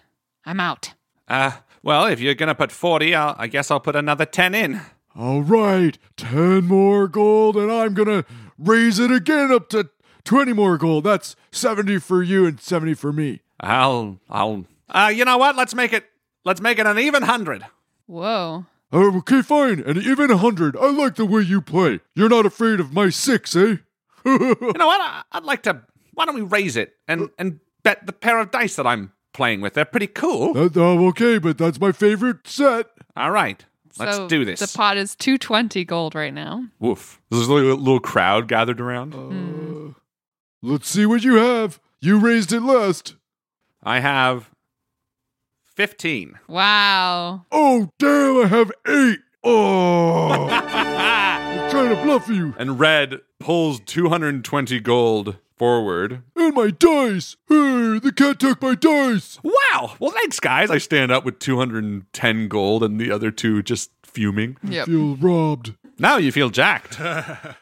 [SPEAKER 9] I'm out.
[SPEAKER 6] Uh, well, if you're going to put 40, I'll, I guess I'll put another 10 in.
[SPEAKER 10] All right, 10 more gold, and I'm going to raise it again up to 20 more gold. That's 70 for you and 70 for me.
[SPEAKER 6] I'll, I'll.
[SPEAKER 3] Uh, you know what? Let's make it. Let's make it an even hundred.
[SPEAKER 1] Whoa.
[SPEAKER 10] Oh, okay, fine. And even a 100. I like the way you play. You're not afraid of my six, eh?
[SPEAKER 3] You know what? I, I'd like to. Why don't we raise it and and bet the pair of dice that I'm playing with? They're pretty cool.
[SPEAKER 10] That, oh, okay, but that's my favorite set.
[SPEAKER 3] All right, let's
[SPEAKER 1] So
[SPEAKER 3] do this.
[SPEAKER 1] The pot is 220 gold right now.
[SPEAKER 6] Woof. There's a little, little crowd gathered around.
[SPEAKER 10] Uh. Let's see what you have. You raised it last.
[SPEAKER 3] I have fifteen.
[SPEAKER 1] Wow.
[SPEAKER 10] Oh, damn, I have eight. Oh. I'm trying to bluff you.
[SPEAKER 6] And Red pulls 220 gold forward.
[SPEAKER 10] And my dice. Hey, the cat took my dice.
[SPEAKER 3] Wow. Well,
[SPEAKER 6] Thanks, guys. I stand up with 210 gold and the other two just fuming.
[SPEAKER 1] Yep.
[SPEAKER 10] Feel robbed.
[SPEAKER 6] Now you feel jacked.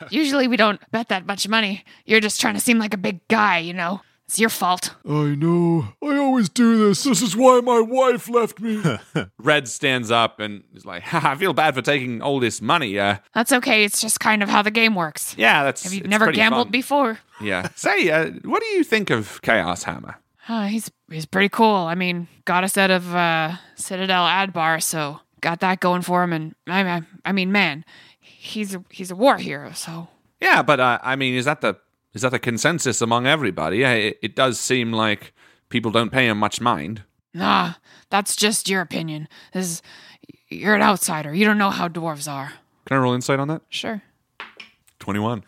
[SPEAKER 9] Usually we don't bet that much money. You're just trying to seem like a big guy, you know? It's your fault.
[SPEAKER 10] I know. I always do this. This is why my wife left me.
[SPEAKER 6] Red stands up and is like, "Ha, I feel bad for taking all this money. Uh,
[SPEAKER 9] That's okay. It's just kind of how the game works.
[SPEAKER 6] yeah, that's.
[SPEAKER 9] Have you
[SPEAKER 6] it's
[SPEAKER 9] never
[SPEAKER 6] pretty
[SPEAKER 9] gambled
[SPEAKER 6] fun."
[SPEAKER 9] before?
[SPEAKER 6] Yeah. Say, uh, what do you think of Chaos Hammer?
[SPEAKER 9] Uh, he's he's pretty cool. I mean, got a set of uh, Citadel Adbar, so got that going for him. And I, I, I mean, man, he's a, he's a war hero. So
[SPEAKER 6] Yeah, but uh, I mean, is that the is that the consensus among everybody? Yeah, it, it does seem like people don't pay him much mind.
[SPEAKER 9] nah, that's just your opinion. This is, you're an outsider. You don't know how dwarves are.
[SPEAKER 6] Can I roll insight on that?
[SPEAKER 1] Sure.
[SPEAKER 6] Twenty-one.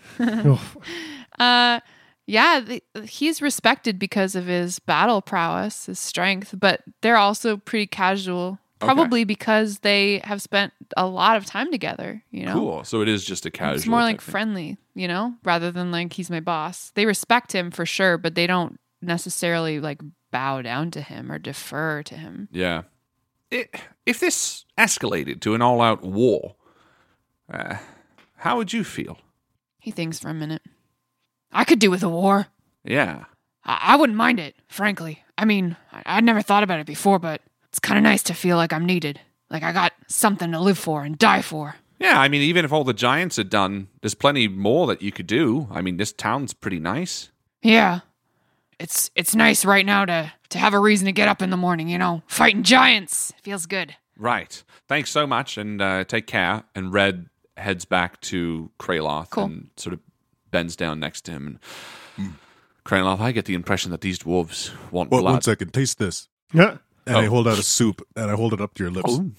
[SPEAKER 1] Uh, yeah, the, he's respected because of his battle prowess, his strength, but they're also pretty casual.
[SPEAKER 6] Okay.
[SPEAKER 1] Probably because they have spent a lot of time together, you know?
[SPEAKER 6] Cool. So it is just a casual.
[SPEAKER 1] It's more like
[SPEAKER 6] type thing.
[SPEAKER 1] friendly, you know, rather than like he's my boss. They respect him for sure, but they don't necessarily like bow down to him or defer to him.
[SPEAKER 6] Yeah.
[SPEAKER 3] i- if this escalated to an all-out war, uh, how would you feel?
[SPEAKER 9] He thinks for a minute. I could do with a war.
[SPEAKER 6] Yeah.
[SPEAKER 9] I, I wouldn't mind it, frankly. I mean, I, I'd never thought about it before, but it's kind of nice to feel like I'm needed. Like I got something to live for and die for.
[SPEAKER 6] Yeah, I mean, even if all the giants are done, there's plenty more that you could do. I mean, this town's pretty nice.
[SPEAKER 9] Yeah. It's it's nice right now to to have a reason to get up in the morning, you know. Fighting giants feels good.
[SPEAKER 6] Right. Thanks so much, and uh, take care. And Red heads back to Kraloth
[SPEAKER 9] Cool.
[SPEAKER 6] and sort of bends down next to him. And, Kraloth, I get the impression that these dwarves want
[SPEAKER 2] Well, Hmm. one
[SPEAKER 6] blood.
[SPEAKER 2] second. Taste this.
[SPEAKER 4] Yeah.
[SPEAKER 2] And I
[SPEAKER 6] Oh.
[SPEAKER 2] hold out a soup and I hold it up to your lips.
[SPEAKER 6] Oh.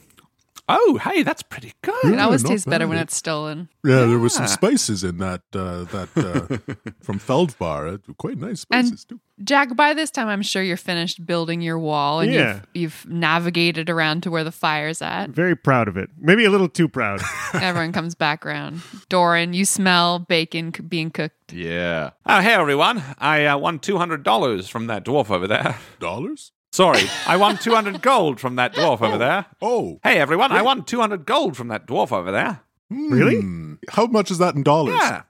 [SPEAKER 6] Oh, hey, that's pretty good.
[SPEAKER 1] it always
[SPEAKER 2] not
[SPEAKER 1] tastes better
[SPEAKER 2] bad.
[SPEAKER 1] when it's stolen.
[SPEAKER 2] Yeah, there was some
[SPEAKER 6] Yeah.
[SPEAKER 2] spices in that uh, that uh, from Feldvar. Uh, Quite nice
[SPEAKER 1] And-
[SPEAKER 2] spices too.
[SPEAKER 1] Jack, by this time, I'm sure you're finished building your wall and
[SPEAKER 4] Yeah.
[SPEAKER 1] you've, you've navigated around to where the fire's at.
[SPEAKER 4] Very proud of it. Maybe a little too proud.
[SPEAKER 1] Everyone comes back around. Doran, you smell bacon c- being cooked.
[SPEAKER 7] Yeah.
[SPEAKER 6] Oh, hey, everyone. I uh, won $200 from that dwarf over there.
[SPEAKER 2] Dollars?
[SPEAKER 6] Sorry, I won 200 gold from that dwarf over there.
[SPEAKER 2] Oh,
[SPEAKER 6] Hey, everyone, I won 200 gold from that dwarf over there.
[SPEAKER 4] really?
[SPEAKER 2] hmm. How much is that in dollars?
[SPEAKER 6] Yeah.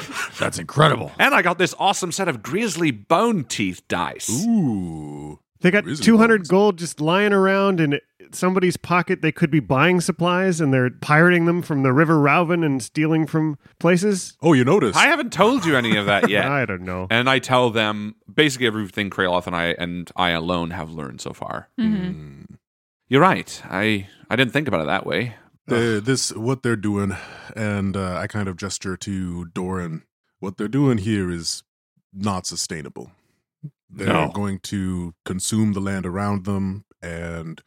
[SPEAKER 10] That's incredible.
[SPEAKER 6] And I got this awesome set of grizzly bone teeth dice.
[SPEAKER 2] Ooh.
[SPEAKER 4] They got
[SPEAKER 2] Reasonable.
[SPEAKER 4] 200 gold just lying around in somebody's pocket. They could be buying supplies and they're pirating them from the River Rauven and stealing from places.
[SPEAKER 2] Oh, you noticed.
[SPEAKER 6] I haven't told you any of that yet.
[SPEAKER 4] I don't know.
[SPEAKER 6] and I tell them basically everything Kraloth and I and I alone have learned so far.
[SPEAKER 1] Mm-hmm.
[SPEAKER 6] You're right. I I didn't think about it that way.
[SPEAKER 2] Uh, this what they're doing, and uh, I kind of gesture to Doran. What they're doing here is not sustainable. They're
[SPEAKER 6] No.
[SPEAKER 2] going to consume the land around them, and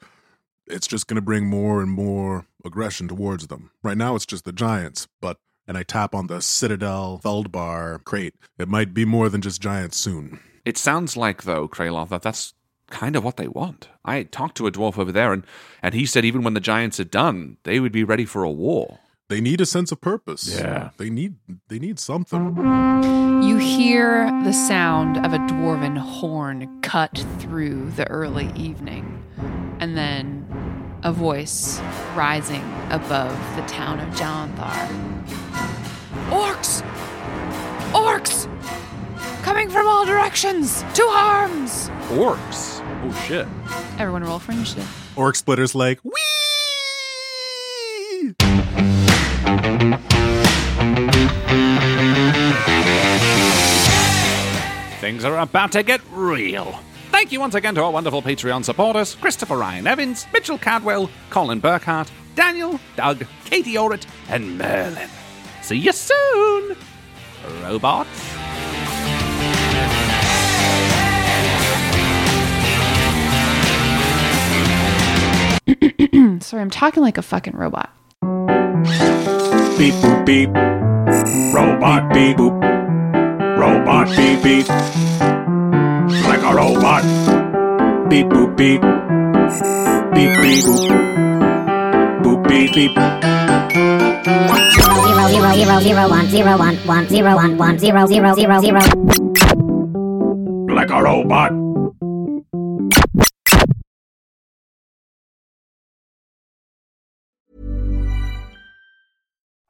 [SPEAKER 2] it's just going to bring more and more aggression towards them. Right now, it's just the giants, but and I tap on the Citadel Feldbar crate. It might be more than just giants soon.
[SPEAKER 6] It sounds like though, Kraloth, that that's kind of what they want. I talked to a dwarf over there and and he said even when the giants are done, they would be ready for a war.
[SPEAKER 2] They need a sense of purpose.
[SPEAKER 6] Yeah.
[SPEAKER 2] they need they need something.
[SPEAKER 1] You hear the sound of a dwarven horn cut through the early evening, and then a voice rising above the town of Jalanthar.
[SPEAKER 9] Orcs! Orcs! Coming from all directions to arms!
[SPEAKER 6] Orcs. Oh shit.
[SPEAKER 1] Everyone roll for initiative.
[SPEAKER 2] Orc splitter's like wee.
[SPEAKER 6] Things are about to get real. Thank you once again to our wonderful Patreon supporters Christopher Ryan Evans, Mitchell Cadwell, Colin Burkhart, Daniel, Doug, Katie Orrit, and Merlin. See you soon, robots.
[SPEAKER 1] Sorry, I'm talking like a fucking robot.
[SPEAKER 2] Beep boop beep. Robot beep boop. Robot beep beep. Like a robot. Beep boop beep. Beep beep boop. Boop beep beep.
[SPEAKER 11] zero zero zero zero one zero one one zero one one zero zero zero zero.
[SPEAKER 2] Mm. Like a robot.